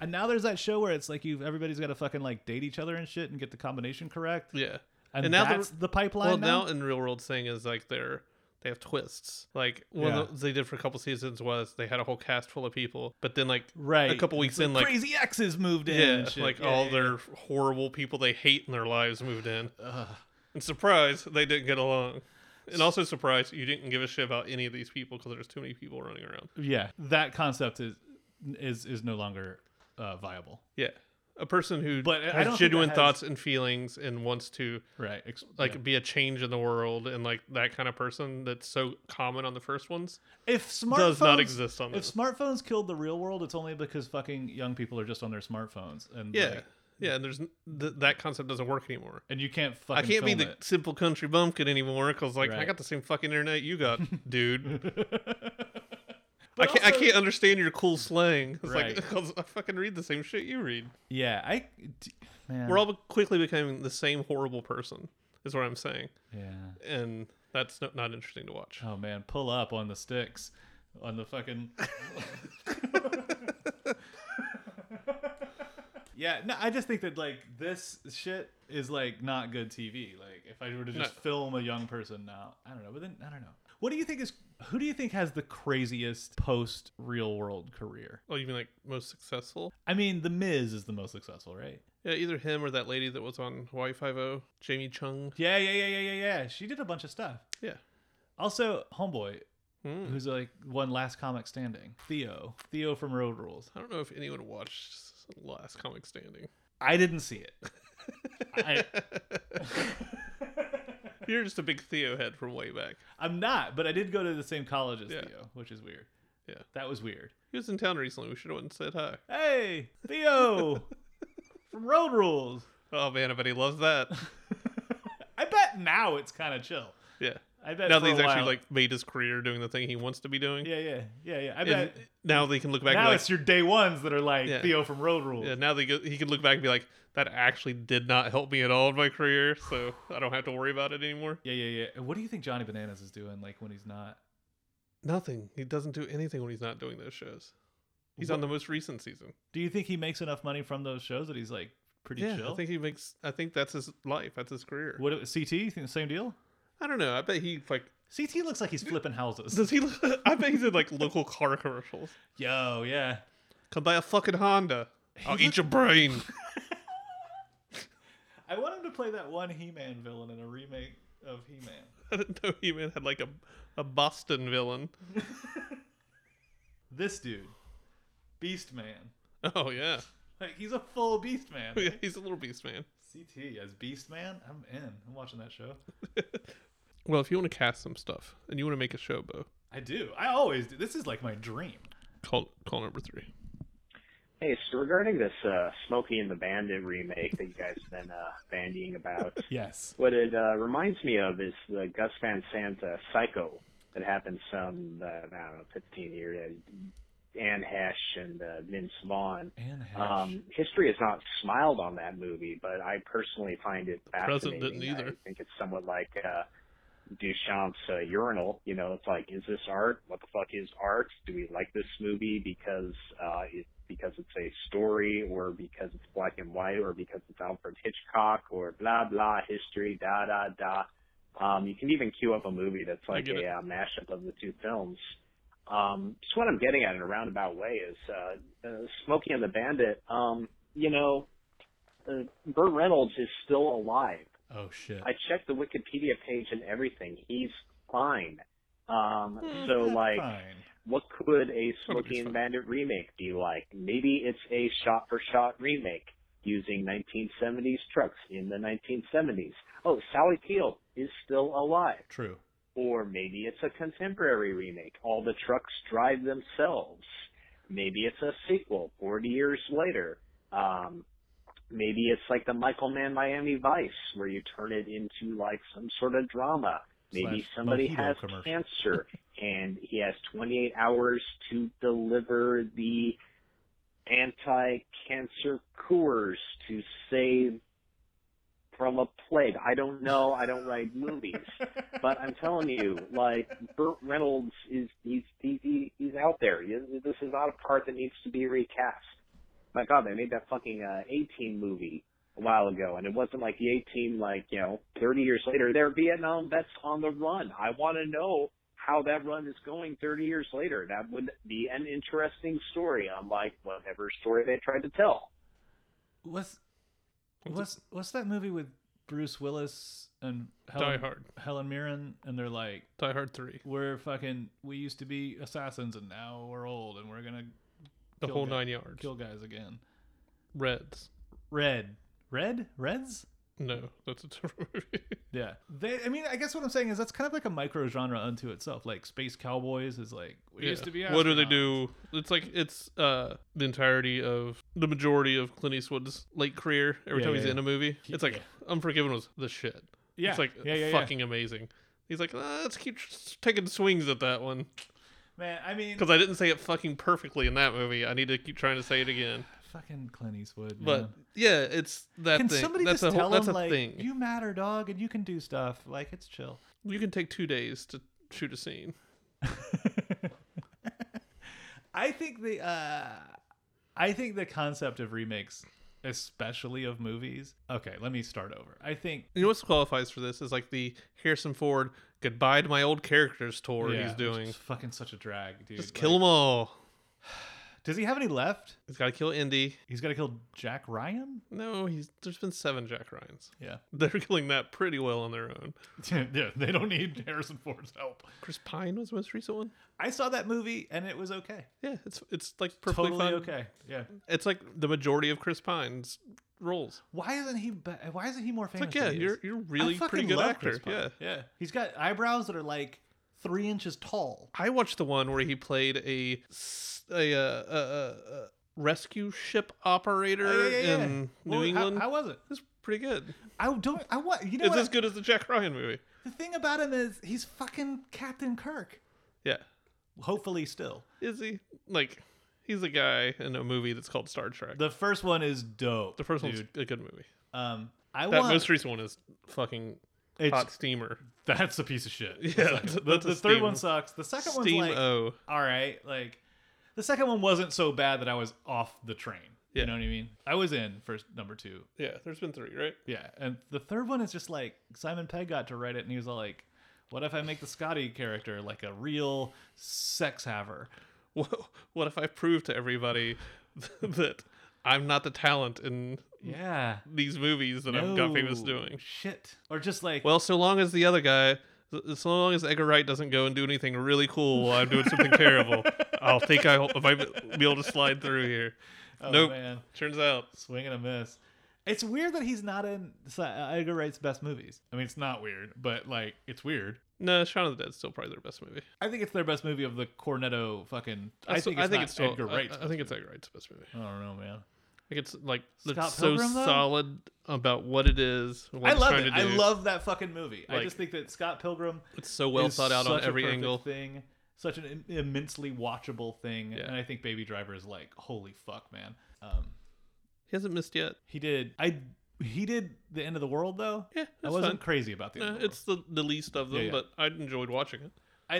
Speaker 1: And now there's that show where it's like you've everybody's got to fucking like date each other and shit and get the combination correct.
Speaker 2: Yeah.
Speaker 1: And,
Speaker 2: And now the-
Speaker 1: that's the, pipeline
Speaker 2: Well,
Speaker 1: now.
Speaker 2: now in real world thing is like they're they have twists. Like one
Speaker 1: Yeah.
Speaker 2: of the they did for a couple seasons was they had a whole cast full of people, but then like
Speaker 1: right.
Speaker 2: a couple weeks
Speaker 1: The
Speaker 2: in, like
Speaker 1: crazy exes moved in.
Speaker 2: yeah,
Speaker 1: and shit.
Speaker 2: like
Speaker 1: Yeah,
Speaker 2: all
Speaker 1: yeah,
Speaker 2: their horrible people they hate in their lives moved in. And surprise, they didn't get along. And also surprise, you didn't give a shit about any of these people because there's too many people running around.
Speaker 1: yeah. That concept is is is no longer uh, viable.
Speaker 2: Yeah, a person who
Speaker 1: But I don't
Speaker 2: has
Speaker 1: think
Speaker 2: genuine
Speaker 1: that has-
Speaker 2: thoughts and feelings and wants to
Speaker 1: Right. Ex-
Speaker 2: like
Speaker 1: yeah.
Speaker 2: be a change in the world and like that kind of person that's so common on the first ones.
Speaker 1: if smartphones
Speaker 2: does not exist on
Speaker 1: if
Speaker 2: this.
Speaker 1: smartphones killed the real world, it's only because fucking young people are just on their smartphones and
Speaker 2: Yeah,
Speaker 1: like,
Speaker 2: yeah. And there's n- th- that concept doesn't work anymore.
Speaker 1: and you can't
Speaker 2: I
Speaker 1: fucking.
Speaker 2: can't be
Speaker 1: film
Speaker 2: the simple country bumpkin anymore because like I
Speaker 1: Right.
Speaker 2: got the same fucking internet you got, dude.
Speaker 1: it.
Speaker 2: I can't I
Speaker 1: also-
Speaker 2: can't understand your cool slang. It's like
Speaker 1: Right.
Speaker 2: because I fucking read the same shit you read.
Speaker 1: yeah, I. d- Man,
Speaker 2: We're all quickly becoming the same horrible person. Is what I'm saying,
Speaker 1: Yeah.
Speaker 2: and that's no- not interesting to watch.
Speaker 1: Oh man, pull up on the sticks, on the fucking. yeah, no, I just think that like this shit is like not good TV. Like if I were to just
Speaker 2: No.
Speaker 1: film a young person now, I don't know. But then I don't know. What do you think is? Who do you think has the craziest post real world career?
Speaker 2: Oh, you mean like most successful?
Speaker 1: I mean, The Miz is the most successful, right?
Speaker 2: Yeah, either him or that lady that was on Hawaii Five O, Jamie Chung.
Speaker 1: Yeah, yeah, yeah, yeah, yeah, yeah. She did a bunch of stuff.
Speaker 2: Yeah.
Speaker 1: Also, Homeboy,
Speaker 2: Hmm.
Speaker 1: who's like one last comic standing, Theo, Theo from Road Rules.
Speaker 2: I don't know if anyone watched Last Comic Standing.
Speaker 1: I didn't see it. I,
Speaker 2: You're just a big Theo head from way back.
Speaker 1: I'm not, but I did go to the same college as
Speaker 2: Yeah.
Speaker 1: Theo, which is weird.
Speaker 2: Yeah.
Speaker 1: That was weird.
Speaker 2: He was in town recently. We should have went and said hi.
Speaker 1: Hey, Theo from Road Rules.
Speaker 2: Oh man, I bet he loves that.
Speaker 1: I bet now it's kind of chill.
Speaker 2: Yeah.
Speaker 1: I bet
Speaker 2: now
Speaker 1: for
Speaker 2: that he's
Speaker 1: a
Speaker 2: actually
Speaker 1: while-
Speaker 2: like made his career doing the thing he wants to be doing.
Speaker 1: yeah, yeah, yeah, yeah. I
Speaker 2: And
Speaker 1: bet
Speaker 2: now they can look back
Speaker 1: now
Speaker 2: and
Speaker 1: it's your day ones that are like
Speaker 2: Yeah.
Speaker 1: Theo from Road Rules.
Speaker 2: be like, yeah, now they go, he can look back and be like, that actually did not help me at all in my career, so I don't have to worry about it anymore.
Speaker 1: Yeah, yeah, yeah. What do you think Johnny Bananas is doing like when he's not?
Speaker 2: Nothing. He doesn't do anything when he's not doing those shows. He's on the most recent season.
Speaker 1: Do you think he makes enough money from those shows that he's like pretty
Speaker 2: Yeah,
Speaker 1: chill?
Speaker 2: I think he makes. I think that's his life. That's his career.
Speaker 1: what CT? You think the same deal?
Speaker 2: I don't know. I bet he like.
Speaker 1: CT looks like he's flipping houses.
Speaker 2: Does he? I bet he's in like local car commercials.
Speaker 1: Yo, yeah.
Speaker 2: Come buy a fucking Honda. I'll eat your brain.
Speaker 1: I want him to play that one He-Man villain in a remake of He-Man.
Speaker 2: I didn't know he even had like a a Boston villain.
Speaker 1: This dude, Beast Man.
Speaker 2: Oh yeah,
Speaker 1: Like he's a full Beast Man.
Speaker 2: yeah he's a little beast man.
Speaker 1: CT as Beast Man. I'm in. I'm watching that show.
Speaker 2: Well, if you want to cast some stuff and you want to make a show, Bo,
Speaker 1: I do. I always do. This is like my dream.
Speaker 2: call call number three.
Speaker 10: Hey, so regarding this uh, Smokey and the Bandit remake that you guys have been uh, bandying about,
Speaker 1: Yes.
Speaker 10: what it uh, reminds me of is the Gus Van Sant uh, Psycho that happened some uh, I don't know 15 years. Uh, Anne Hesh and uh, Vince Vaughn.
Speaker 1: Anne Hesh.
Speaker 10: Um, history has not smiled on that movie, but I personally find it
Speaker 2: president
Speaker 10: fascinating.
Speaker 2: didn't
Speaker 10: I
Speaker 2: either.
Speaker 10: think it's somewhat like uh, Duchamp's uh, urinal. You know, it's like, is this art? What the fuck is art? Do we like this movie because uh, it, because it's a story, or because it's black and white, or because it's Alfred Hitchcock, or blah blah history, da da da. Um, you can even queue up a movie that's like
Speaker 2: get
Speaker 10: a
Speaker 2: it.
Speaker 10: uh, mashup of the two films. Um, just what I'm getting at in a roundabout way is uh, uh, Smokey and the Bandit. Um, you know, uh, Burt Reynolds is still alive.
Speaker 1: Oh shit.
Speaker 10: I checked the Wikipedia page and everything. He's fine. Um,
Speaker 2: Eh,
Speaker 10: so like,
Speaker 1: Fine.
Speaker 10: what could a
Speaker 2: Nobody's
Speaker 10: Smokey
Speaker 2: fine.
Speaker 10: and Bandit remake be like? Maybe it's a shot-for-shot remake using 1970s trucks in the 1970s. Oh, Sally Field is still alive.
Speaker 1: True.
Speaker 10: Or maybe it's a contemporary remake. All the trucks drive themselves. Maybe it's a sequel 40 years later. Um, maybe it's like the Michael Mann Miami Vice where you turn it into like some sort of drama. Maybe
Speaker 1: Slash
Speaker 10: somebody
Speaker 1: mojito
Speaker 10: has
Speaker 1: commercial.
Speaker 10: cancer and he has 28 hours to deliver the anti-cancer cures to save from a plague. I don't know. I don't write movies, but I'm telling you, like Burt Reynolds is he's he's he- he's out there. He- This is not a part that needs to be recast. My God, they made that fucking uh, 18 movie a while ago, and it wasn't like the 18 like you know 30 years later. They're Vietnam vets on the run. I want to know how that run is going 30 years later. That would be an interesting story, unlike whatever story they tried to tell.
Speaker 1: What's what's what's that movie with Bruce Willis and Helen,
Speaker 2: Die Hard.
Speaker 1: Helen Mirren and they're like
Speaker 2: Die Hard Three,
Speaker 1: we're fucking we used to be assassins and now we're old and we're gonna
Speaker 2: the
Speaker 1: Kill
Speaker 2: whole
Speaker 1: Bill.
Speaker 2: nine yards.
Speaker 1: kill guys again.
Speaker 2: Reds.
Speaker 1: Red. Red? Reds?
Speaker 2: No, that's a terrible movie.
Speaker 1: Yeah. They I mean I guess what I'm saying is that's kind of like a micro genre unto itself. Like Space Cowboys is like we used
Speaker 2: Yeah.
Speaker 1: to be
Speaker 2: What do they
Speaker 1: astronauts.
Speaker 2: do? It's like it's uh the entirety of the majority of Clint Eastwood's late career. Every
Speaker 1: Yeah,
Speaker 2: time
Speaker 1: yeah,
Speaker 2: he's in
Speaker 1: yeah.
Speaker 2: a movie, it's like
Speaker 1: yeah.
Speaker 2: Unforgiven was the shit.
Speaker 1: Yeah.
Speaker 2: it's like
Speaker 1: Yeah, yeah, yeah.
Speaker 2: fucking amazing. He's like, "Ah, let's keep s- taking swings at that one
Speaker 1: Man, I mean
Speaker 2: because I didn't say it fucking perfectly in that movie. I need to keep trying to say it again.
Speaker 1: fucking Clint Eastwood.
Speaker 2: But
Speaker 1: man.
Speaker 2: yeah, it's that
Speaker 1: can
Speaker 2: thing.
Speaker 1: somebody
Speaker 2: that's
Speaker 1: just
Speaker 2: a
Speaker 1: tell
Speaker 2: whole, that's
Speaker 1: him
Speaker 2: a
Speaker 1: like
Speaker 2: thing. You...
Speaker 1: you matter, dog, and you can do stuff. Like it's chill.
Speaker 2: can take two days to shoot a scene.
Speaker 1: I think the uh, I think the concept of remakes, especially of movies. Okay, let me start over. I think
Speaker 2: You know what qualifies for this is like the Harrison Ford goodbye to my old characters tour
Speaker 1: Yeah,
Speaker 2: he's
Speaker 1: it's
Speaker 2: doing.
Speaker 1: just fucking such a drag, dude.
Speaker 2: Just kill them all.
Speaker 1: Does he have any left?
Speaker 2: He's got to kill Indy.
Speaker 1: He's got to kill Jack Ryan.
Speaker 2: No, he's there's been seven Jack Ryans.
Speaker 1: Yeah,
Speaker 2: They're killing that pretty well on their own.
Speaker 1: yeah. They don't need Harrison Ford's help.
Speaker 2: Chris Pine was the most recent one.
Speaker 1: I saw that movie and it was okay.
Speaker 2: Yeah, it's it's like perfectly
Speaker 1: totally
Speaker 2: fine.
Speaker 1: okay. Yeah.
Speaker 2: It's like the majority of Chris Pine's roles.
Speaker 1: Why isn't he? Be- why isn't he more
Speaker 2: It's
Speaker 1: famous?
Speaker 2: like yeah,
Speaker 1: than he is?
Speaker 2: you're you're really
Speaker 1: I
Speaker 2: pretty
Speaker 1: fucking
Speaker 2: good
Speaker 1: love
Speaker 2: actor.
Speaker 1: Chris Pine.
Speaker 2: Yeah.
Speaker 1: yeah. He's got eyebrows that are like three inches tall.
Speaker 2: I watched the one where he played a s- a, uh, uh, uh, uh, rescue ship operator
Speaker 1: Oh, Yeah, yeah, yeah.
Speaker 2: in New
Speaker 1: Well, how-
Speaker 2: England.
Speaker 1: How, was it?
Speaker 2: it's pretty good.
Speaker 1: I don't. I want you know.
Speaker 2: it's
Speaker 1: What,
Speaker 2: as good as the Jack Ryan movie.
Speaker 1: The thing about him is he's fucking Captain Kirk.
Speaker 2: Yeah.
Speaker 1: Hopefully, still.
Speaker 2: Is he like he's a guy in a movie that's called Star Trek.
Speaker 1: The first one is dope.
Speaker 2: The first one's
Speaker 1: dude.
Speaker 2: a good movie.
Speaker 1: Um, I
Speaker 2: That
Speaker 1: want.
Speaker 2: most recent one is fucking
Speaker 1: it's-
Speaker 2: hot steamer.
Speaker 1: that's a piece of shit. The
Speaker 2: Yeah,
Speaker 1: second-
Speaker 2: that's-
Speaker 1: the,
Speaker 2: that's a
Speaker 1: the third
Speaker 2: steam-
Speaker 1: one sucks. The second
Speaker 2: Steam
Speaker 1: one's like,
Speaker 2: O.
Speaker 1: all right, like the second one wasn't so bad that I was off the train.
Speaker 2: Yeah.
Speaker 1: You know what I mean? I was in first number two,
Speaker 2: Yeah, there's been three, right?
Speaker 1: Yeah, and the third one is just like Simon Pegg got to write it, and he was all like, "What if I make the Scotty character like a real sex haver?"
Speaker 2: Wha- What if I prove to everybody that I'm not the talent in
Speaker 1: Yeah,
Speaker 2: these movies that I've got famous
Speaker 1: No.
Speaker 2: doing?
Speaker 1: shit, or just like
Speaker 2: Well, so long as the other guy, so long as Edgar Wright doesn't go and do anything really cool while I'm doing something terrible, I'll think I might be able to slide through here.
Speaker 1: oh
Speaker 2: nope.
Speaker 1: man,
Speaker 2: Turns out,
Speaker 1: swing and a miss. It's weird that he's not in Si- uh, Edgar Wright's best movies. I mean, it's not weird, but like it's weird.
Speaker 2: no, Shaun of the Dead's still probably their best movie.
Speaker 1: I think it's their best movie of the Cornetto fucking. I,
Speaker 2: still-
Speaker 1: think it's I
Speaker 2: still-
Speaker 1: Edgar
Speaker 2: I-
Speaker 1: Wright's.
Speaker 2: I, think it's Edgar Wright's best movie.
Speaker 1: I don't know, man.
Speaker 2: Like it's like it's
Speaker 1: Scott
Speaker 2: so
Speaker 1: Pilgrim, though?
Speaker 2: solid about what it is. What
Speaker 1: I
Speaker 2: it's
Speaker 1: love
Speaker 2: trying
Speaker 1: it.
Speaker 2: to
Speaker 1: I
Speaker 2: do.
Speaker 1: love that fucking movie. I
Speaker 2: Like-
Speaker 1: just think that Scott Pilgrim
Speaker 2: It's so well
Speaker 1: is
Speaker 2: thought out on
Speaker 1: such a
Speaker 2: every
Speaker 1: perfect
Speaker 2: angle.
Speaker 1: thing, such an im- immensely watchable thing.
Speaker 2: Yeah.
Speaker 1: And I think Baby Driver is like, holy fuck, man. Um,
Speaker 2: He hasn't missed yet.
Speaker 1: he did. I he did the end of the world though.
Speaker 2: Yeah,
Speaker 1: I
Speaker 2: it's
Speaker 1: wasn't
Speaker 2: fine.
Speaker 1: crazy about the end.
Speaker 2: Nah,
Speaker 1: of the
Speaker 2: Uh, it's the, the least of them,
Speaker 1: Yeah, yeah.
Speaker 2: but I enjoyed watching it.
Speaker 1: world.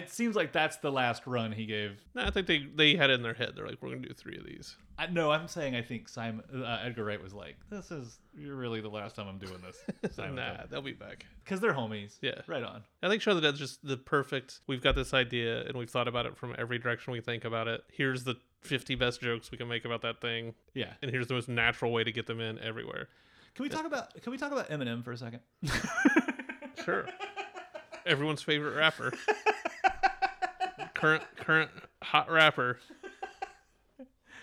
Speaker 1: It seems like that's the last run he gave.
Speaker 2: No, I think they they had it in their head. They're like, we're gonna do three of these.
Speaker 1: I, no, I'm saying I think Simon uh, Edgar Wright was like, this is really the last time I'm doing this. Simon,
Speaker 2: nah, they'll be back.
Speaker 1: because they're homies.
Speaker 2: Yeah.
Speaker 1: right on.
Speaker 2: I think Show of the Dead's just the perfect. We've got this idea and we've thought about it from every direction we think about it. Here's the 50 best jokes we can make about that thing,
Speaker 1: Yeah.
Speaker 2: and here's the most natural way to get them in everywhere.
Speaker 1: Can we talk about Can we talk about Eminem for a second?
Speaker 2: Sure. Everyone's favorite rapper. current current hot rapper.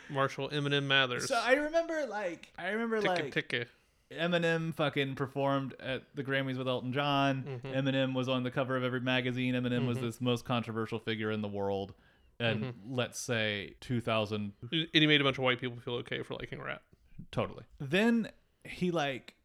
Speaker 2: Marshall Eminem Mathers.
Speaker 1: So I remember like I remember
Speaker 2: Ticka
Speaker 1: like
Speaker 2: ticka.
Speaker 1: Eminem fucking performed at the Grammys with Elton John. Eminem was on the cover of every magazine. Eminem was this most controversial figure in the world. And let's say 2000
Speaker 2: And he made a bunch of white people feel okay for liking rap.
Speaker 1: totally. Then he like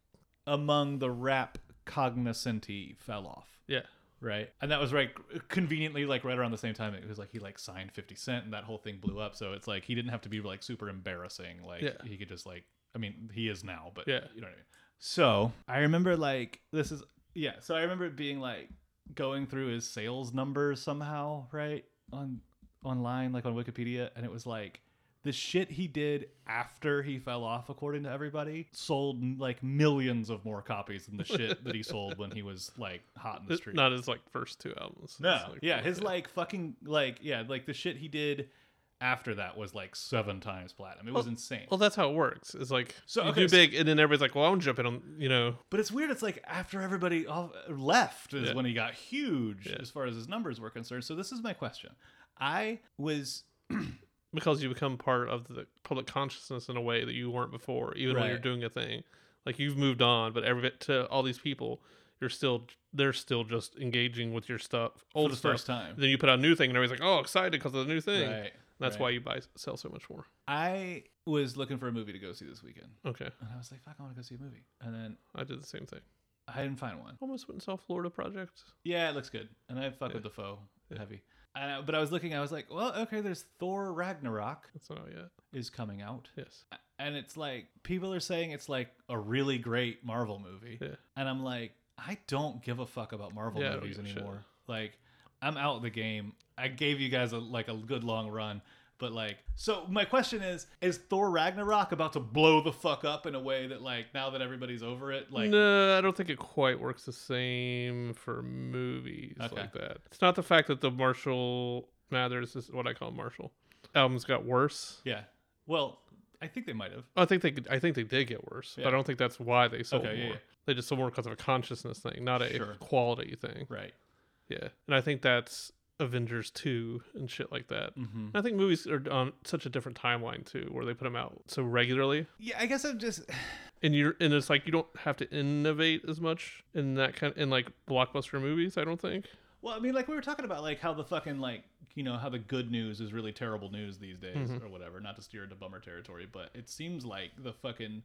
Speaker 1: among the rap cognoscenti fell off.
Speaker 2: Yeah.
Speaker 1: Right. And that was like conveniently like right around the same time it was like he like signed 50 Cent and that whole thing blew up. So it's like he didn't have to be like super embarrassing. Like
Speaker 2: Yeah.
Speaker 1: he could just like I mean, he is now, but
Speaker 2: Yeah.
Speaker 1: you know what I mean. So I remember like this is yeah, so I remember it being like going through his sales numbers somehow, right? On online, like on Wikipedia, and it was like the shit he did after he fell off, according to everybody, sold like millions of more copies than the shit that he sold when he was like hot in the
Speaker 2: It's
Speaker 1: street.
Speaker 2: Not his like first two albums. It's,
Speaker 1: No,
Speaker 2: like,
Speaker 1: yeah, his like fucking like yeah, like the shit he did after that was like seven times platinum. It was insane.
Speaker 2: Well, that's how it works. It's like
Speaker 1: So,
Speaker 2: you
Speaker 1: okay,
Speaker 2: do
Speaker 1: so-
Speaker 2: big, and then everybody's like, "Well, I'm jumping on." You know,
Speaker 1: but it's weird. It's like after everybody all, left is
Speaker 2: Yeah.
Speaker 1: when he got huge
Speaker 2: Yeah.
Speaker 1: as far as his numbers were concerned. So this is my question. I was
Speaker 2: because you become part of the public consciousness in a way that you weren't before, even when you're
Speaker 1: Right.
Speaker 2: doing a thing. Like you've moved on, but every to all these people, you're still they're still just engaging with your stuff, old
Speaker 1: the
Speaker 2: stuff.
Speaker 1: first time.
Speaker 2: Then you put out a new thing, and everybody's like, "Oh, excited because of the new thing."
Speaker 1: right.
Speaker 2: That's
Speaker 1: right.
Speaker 2: why you buy sell so much more.
Speaker 1: I was looking for a movie to go see this weekend,
Speaker 2: Okay,
Speaker 1: and I was like, "Fuck, I want to go see a movie." And then
Speaker 2: I did the same thing.
Speaker 1: I didn't find one.
Speaker 2: Almost went and saw Florida Project.
Speaker 1: Yeah, it looks good, and I fuck with the foe heavy. And I, but I was looking, I was like, "Well, okay, there's Thor Ragnarok
Speaker 2: That's not out yet.
Speaker 1: is coming out."
Speaker 2: Yes.
Speaker 1: and it's like people are saying it's like a really great Marvel movie,
Speaker 2: Yeah.
Speaker 1: and I'm like, I don't give a fuck about Marvel
Speaker 2: Yeah, I don't
Speaker 1: movies
Speaker 2: give a shit.
Speaker 1: anymore. Like, I'm out of the game. I gave you guys a, like a good long run, but like, so my question is: Is Thor Ragnarok about to blow the fuck up in a way that like now that everybody's over it, like,
Speaker 2: no, I don't think it quite works the same for movies
Speaker 1: Okay.
Speaker 2: like that. It's not the fact that the Marshall Mathers is what I call Marshall albums got worse.
Speaker 1: yeah? Well, I think they might have.
Speaker 2: I think they could- I think they did get worse, but I don't think that's why they sold
Speaker 1: Okay, yeah,
Speaker 2: more.
Speaker 1: yeah.
Speaker 2: They just sold more because of a consciousness thing, not a
Speaker 1: Sure.
Speaker 2: quality thing.
Speaker 1: Right.
Speaker 2: Yeah, and I think that's Avengers two and shit like that.
Speaker 1: Mm-hmm.
Speaker 2: And I think movies are on such a different timeline too, where they put them out so regularly.
Speaker 1: Yeah, I guess I'm just
Speaker 2: and you're and it's like you don't have to innovate as much in that kind in like blockbuster movies i don't think
Speaker 1: Well, I mean, like we were talking about, like how the fucking like you know how the good news is really terrible news these days
Speaker 2: Mm-hmm.
Speaker 1: or whatever. Not to steer into bummer territory, but it seems like the fucking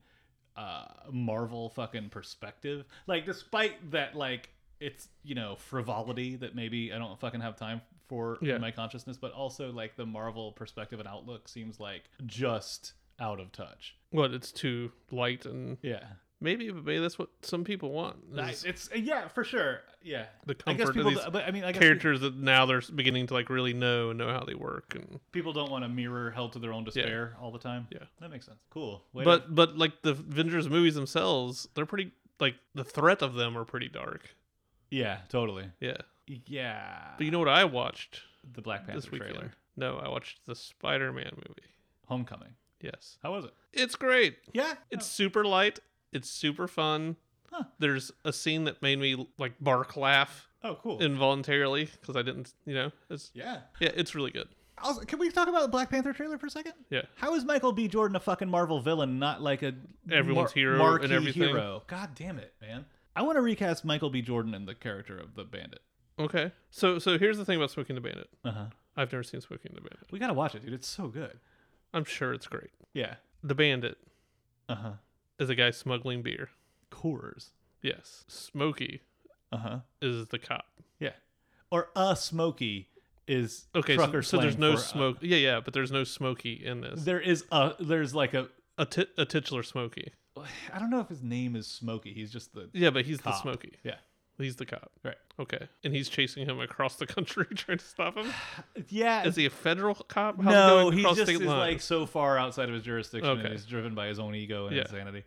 Speaker 1: uh, Marvel fucking perspective, like despite that, like it's you know frivolity that maybe I don't fucking have time for
Speaker 2: Yeah.
Speaker 1: in my consciousness, but also like the Marvel perspective and outlook seems like just out of touch.
Speaker 2: but it's too light and
Speaker 1: Yeah,
Speaker 2: maybe maybe that's what some people want is
Speaker 1: I- it's yeah for sure. Yeah,
Speaker 2: the
Speaker 1: I guess
Speaker 2: comfort
Speaker 1: people,
Speaker 2: of these
Speaker 1: don't- but I mean, I guess pe-
Speaker 2: characters that now they're beginning to like really know and know how they work and
Speaker 1: people don't want a mirror held to their own despair all the time.
Speaker 2: Yeah.
Speaker 1: that makes sense. Cool. Way to-
Speaker 2: but but like the avengers movies themselves they're pretty like the threat of them are pretty dark
Speaker 1: yeah, totally.
Speaker 2: yeah
Speaker 1: Yeah,
Speaker 2: but you know what i watched
Speaker 1: the Black Panther
Speaker 2: this weekend
Speaker 1: trailer,
Speaker 2: no i watched the spider-man movie
Speaker 1: Homecoming.
Speaker 2: yes
Speaker 1: How was it?
Speaker 2: it's great
Speaker 1: Yeah,
Speaker 2: It's super light. It's super fun.
Speaker 1: Oh. Huh.
Speaker 2: There's a scene that made me like bark laugh
Speaker 1: oh cool.
Speaker 2: involuntarily because I didn't, you know. It's
Speaker 1: yeah.
Speaker 2: yeah, it's really good.
Speaker 1: Also, can we talk about the Black Panther trailer for a second?
Speaker 2: Yeah.
Speaker 1: How is Michael B. Jordan a fucking Marvel villain, not like a
Speaker 2: Everyone's hero and
Speaker 1: marquee
Speaker 2: everything.
Speaker 1: hero? God damn it, man! I want to recast Michael B. Jordan in the character of the Bandit.
Speaker 2: Okay. So so here's the thing about Smoking the Bandit.
Speaker 1: Uh huh.
Speaker 2: I've never seen Smoking the Bandit.
Speaker 1: We gotta watch it, dude. It's so good.
Speaker 2: I'm sure it's great.
Speaker 1: Yeah.
Speaker 2: The Bandit
Speaker 1: Uh huh.
Speaker 2: is a guy smuggling beer.
Speaker 1: Coors.
Speaker 2: Yes. Smokey
Speaker 1: Uh huh.
Speaker 2: is the cop.
Speaker 1: Yeah. Or a Smokey is
Speaker 2: Okay, so,
Speaker 1: Trucker
Speaker 2: so there's
Speaker 1: slang
Speaker 2: no
Speaker 1: for uh, a-
Speaker 2: smoke. Yeah, yeah, but there's no Smokey in this.
Speaker 1: there is a there's like a
Speaker 2: A, ti- a titular Smokey.
Speaker 1: I don't know if his name is Smokey. He's just the
Speaker 2: Yeah, but he's the
Speaker 1: cop.
Speaker 2: Smokey.
Speaker 1: Yeah.
Speaker 2: He's the cop.
Speaker 1: Right.
Speaker 2: Okay. And he's chasing him across the country trying to stop him.
Speaker 1: Yeah.
Speaker 2: Is he a federal cop? How's he
Speaker 1: no,
Speaker 2: going
Speaker 1: he
Speaker 2: across
Speaker 1: just
Speaker 2: state
Speaker 1: is like
Speaker 2: lines?
Speaker 1: so far outside of his jurisdiction and
Speaker 2: Okay.
Speaker 1: he's driven by his own ego and
Speaker 2: Yeah.
Speaker 1: insanity.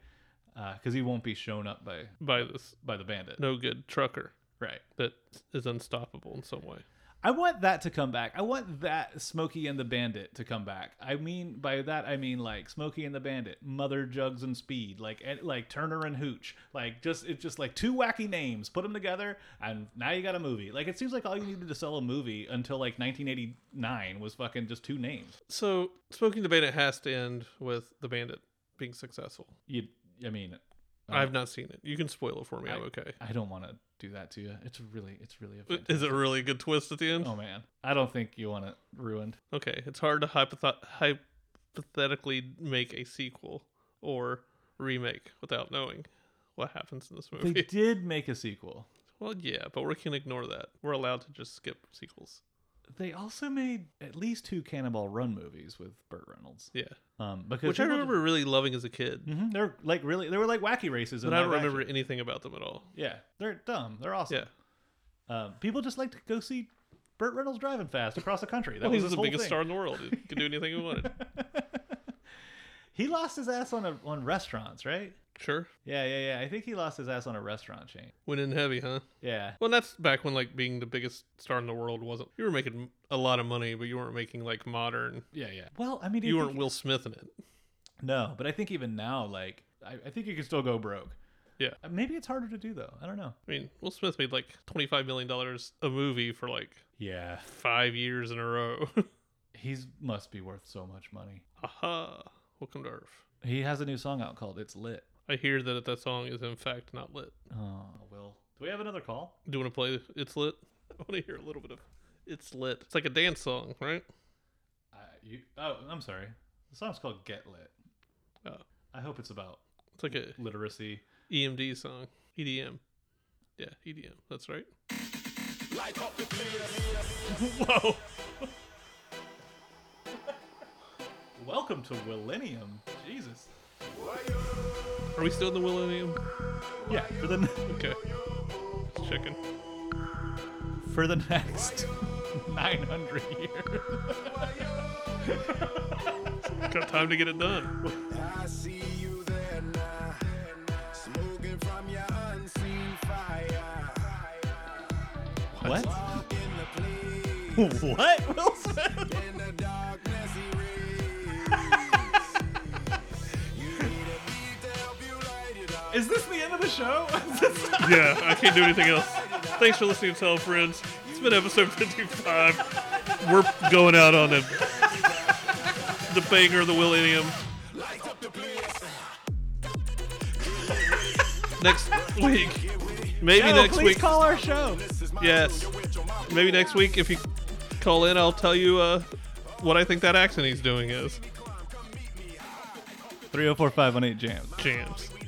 Speaker 1: Because he won't be shown up by
Speaker 2: by this
Speaker 1: by the bandit.
Speaker 2: no good trucker
Speaker 1: Right.
Speaker 2: that is unstoppable in some way.
Speaker 1: I want that to come back. I want that Smokey and the Bandit to come back. I mean, by that I mean like Smokey and the Bandit, Mother Jugs and Speed, like and, like Turner and Hooch, like just it's just like two wacky names. Put them together, and now you got a movie. Like it seems like all you needed to sell a movie until like 1989 was fucking just two names.
Speaker 2: So smoking the bandit has to end with the bandit being successful.
Speaker 1: You, I mean,
Speaker 2: I've not seen it. You can spoil it for me. I, am okay.
Speaker 1: I don't want to do that to you. It's really, it's really a.
Speaker 2: Is
Speaker 1: fantastic-
Speaker 2: it a really good twist at the end?
Speaker 1: Oh man, I don't think you want it ruined.
Speaker 2: Okay, it's hard to hypothet- hypothetically make a sequel or remake without knowing what happens in this movie.
Speaker 1: They did make a sequel.
Speaker 2: Well, yeah, but we can ignore that. We're allowed to just skip sequels.
Speaker 1: they also made at least two Cannonball Run movies with Burt Reynolds.
Speaker 2: Yeah,
Speaker 1: Um, because
Speaker 2: which I
Speaker 1: people-
Speaker 2: remember really loving as a kid,
Speaker 1: Mhm, they're like really they were like wacky races. in
Speaker 2: but I don't
Speaker 1: live action.
Speaker 2: remember anything about them at all.
Speaker 1: Yeah, they're dumb. They're awesome.
Speaker 2: Yeah,
Speaker 1: Um, people just like to go see Burt Reynolds driving fast across the country. That
Speaker 2: well,
Speaker 1: was
Speaker 2: he was
Speaker 1: his
Speaker 2: the
Speaker 1: whole
Speaker 2: biggest
Speaker 1: thing.
Speaker 2: star in the world. He could do anything he wanted.
Speaker 1: He lost his ass on a, on restaurants, right?
Speaker 2: Sure,
Speaker 1: Yeah, yeah, yeah. I think he lost his ass on a restaurant chain.
Speaker 2: went in heavy, huh?
Speaker 1: Yeah,
Speaker 2: Well, that's back when like being the biggest star in the world wasn't. You were making a lot of money, but you weren't making like modern.
Speaker 1: yeah, yeah. Well, I mean, I
Speaker 2: You
Speaker 1: think-
Speaker 2: weren't Will Smith in it.
Speaker 1: No, but I think even now, like, I, I think you can still go broke.
Speaker 2: Yeah.
Speaker 1: Uh, Maybe it's harder to do though. I don't know.
Speaker 2: I mean, Will Smith made like twenty five million dollars a movie for like
Speaker 1: Yeah.
Speaker 2: five years in a row.
Speaker 1: He's must be worth so much money.
Speaker 2: Aha! Welcome to Earth.
Speaker 1: He has a new song out called "It's Lit."
Speaker 2: I hear that that song is in fact not lit.
Speaker 1: Oh, Will. Do we have another call?
Speaker 2: Do you want to play "It's Lit"? I want to hear a little bit of "It's Lit." It's like a dance song, right?
Speaker 1: Uh, you. Oh, I'm sorry. The song's called "Get Lit."
Speaker 2: Oh.
Speaker 1: I hope it's about
Speaker 2: It's like a
Speaker 1: literacy.
Speaker 2: EMD E song, EDM. Yeah, EDM. That's right.
Speaker 1: Whoa. Welcome to Millennium. Jesus.
Speaker 2: Are we still in the Millennium?
Speaker 1: Yeah. For the
Speaker 2: Okay. Just checking.
Speaker 1: for the next 900 years.
Speaker 2: Got time to get it done.
Speaker 3: I see you there now, smoking from your unseen fire.
Speaker 1: What?
Speaker 3: Walk in the place,
Speaker 1: what, Wilson?
Speaker 3: in the darkness he rays. You need a beat to help you light it up.
Speaker 1: Is this the end of the show?
Speaker 2: Yeah, I can't do anything else. Thanks for listening to Tell Friends. It's been episode 55. We're going out on a, the banger of the E Willennium.
Speaker 3: Light up the place.
Speaker 2: Next week. Maybe
Speaker 1: No,
Speaker 2: next
Speaker 1: Oh, please
Speaker 2: week.
Speaker 1: call our show.
Speaker 2: Yes. Maybe next week, if you call in, I'll tell you uh, what I think that accent he's doing is.
Speaker 1: 304 518 Jams.
Speaker 2: Jams.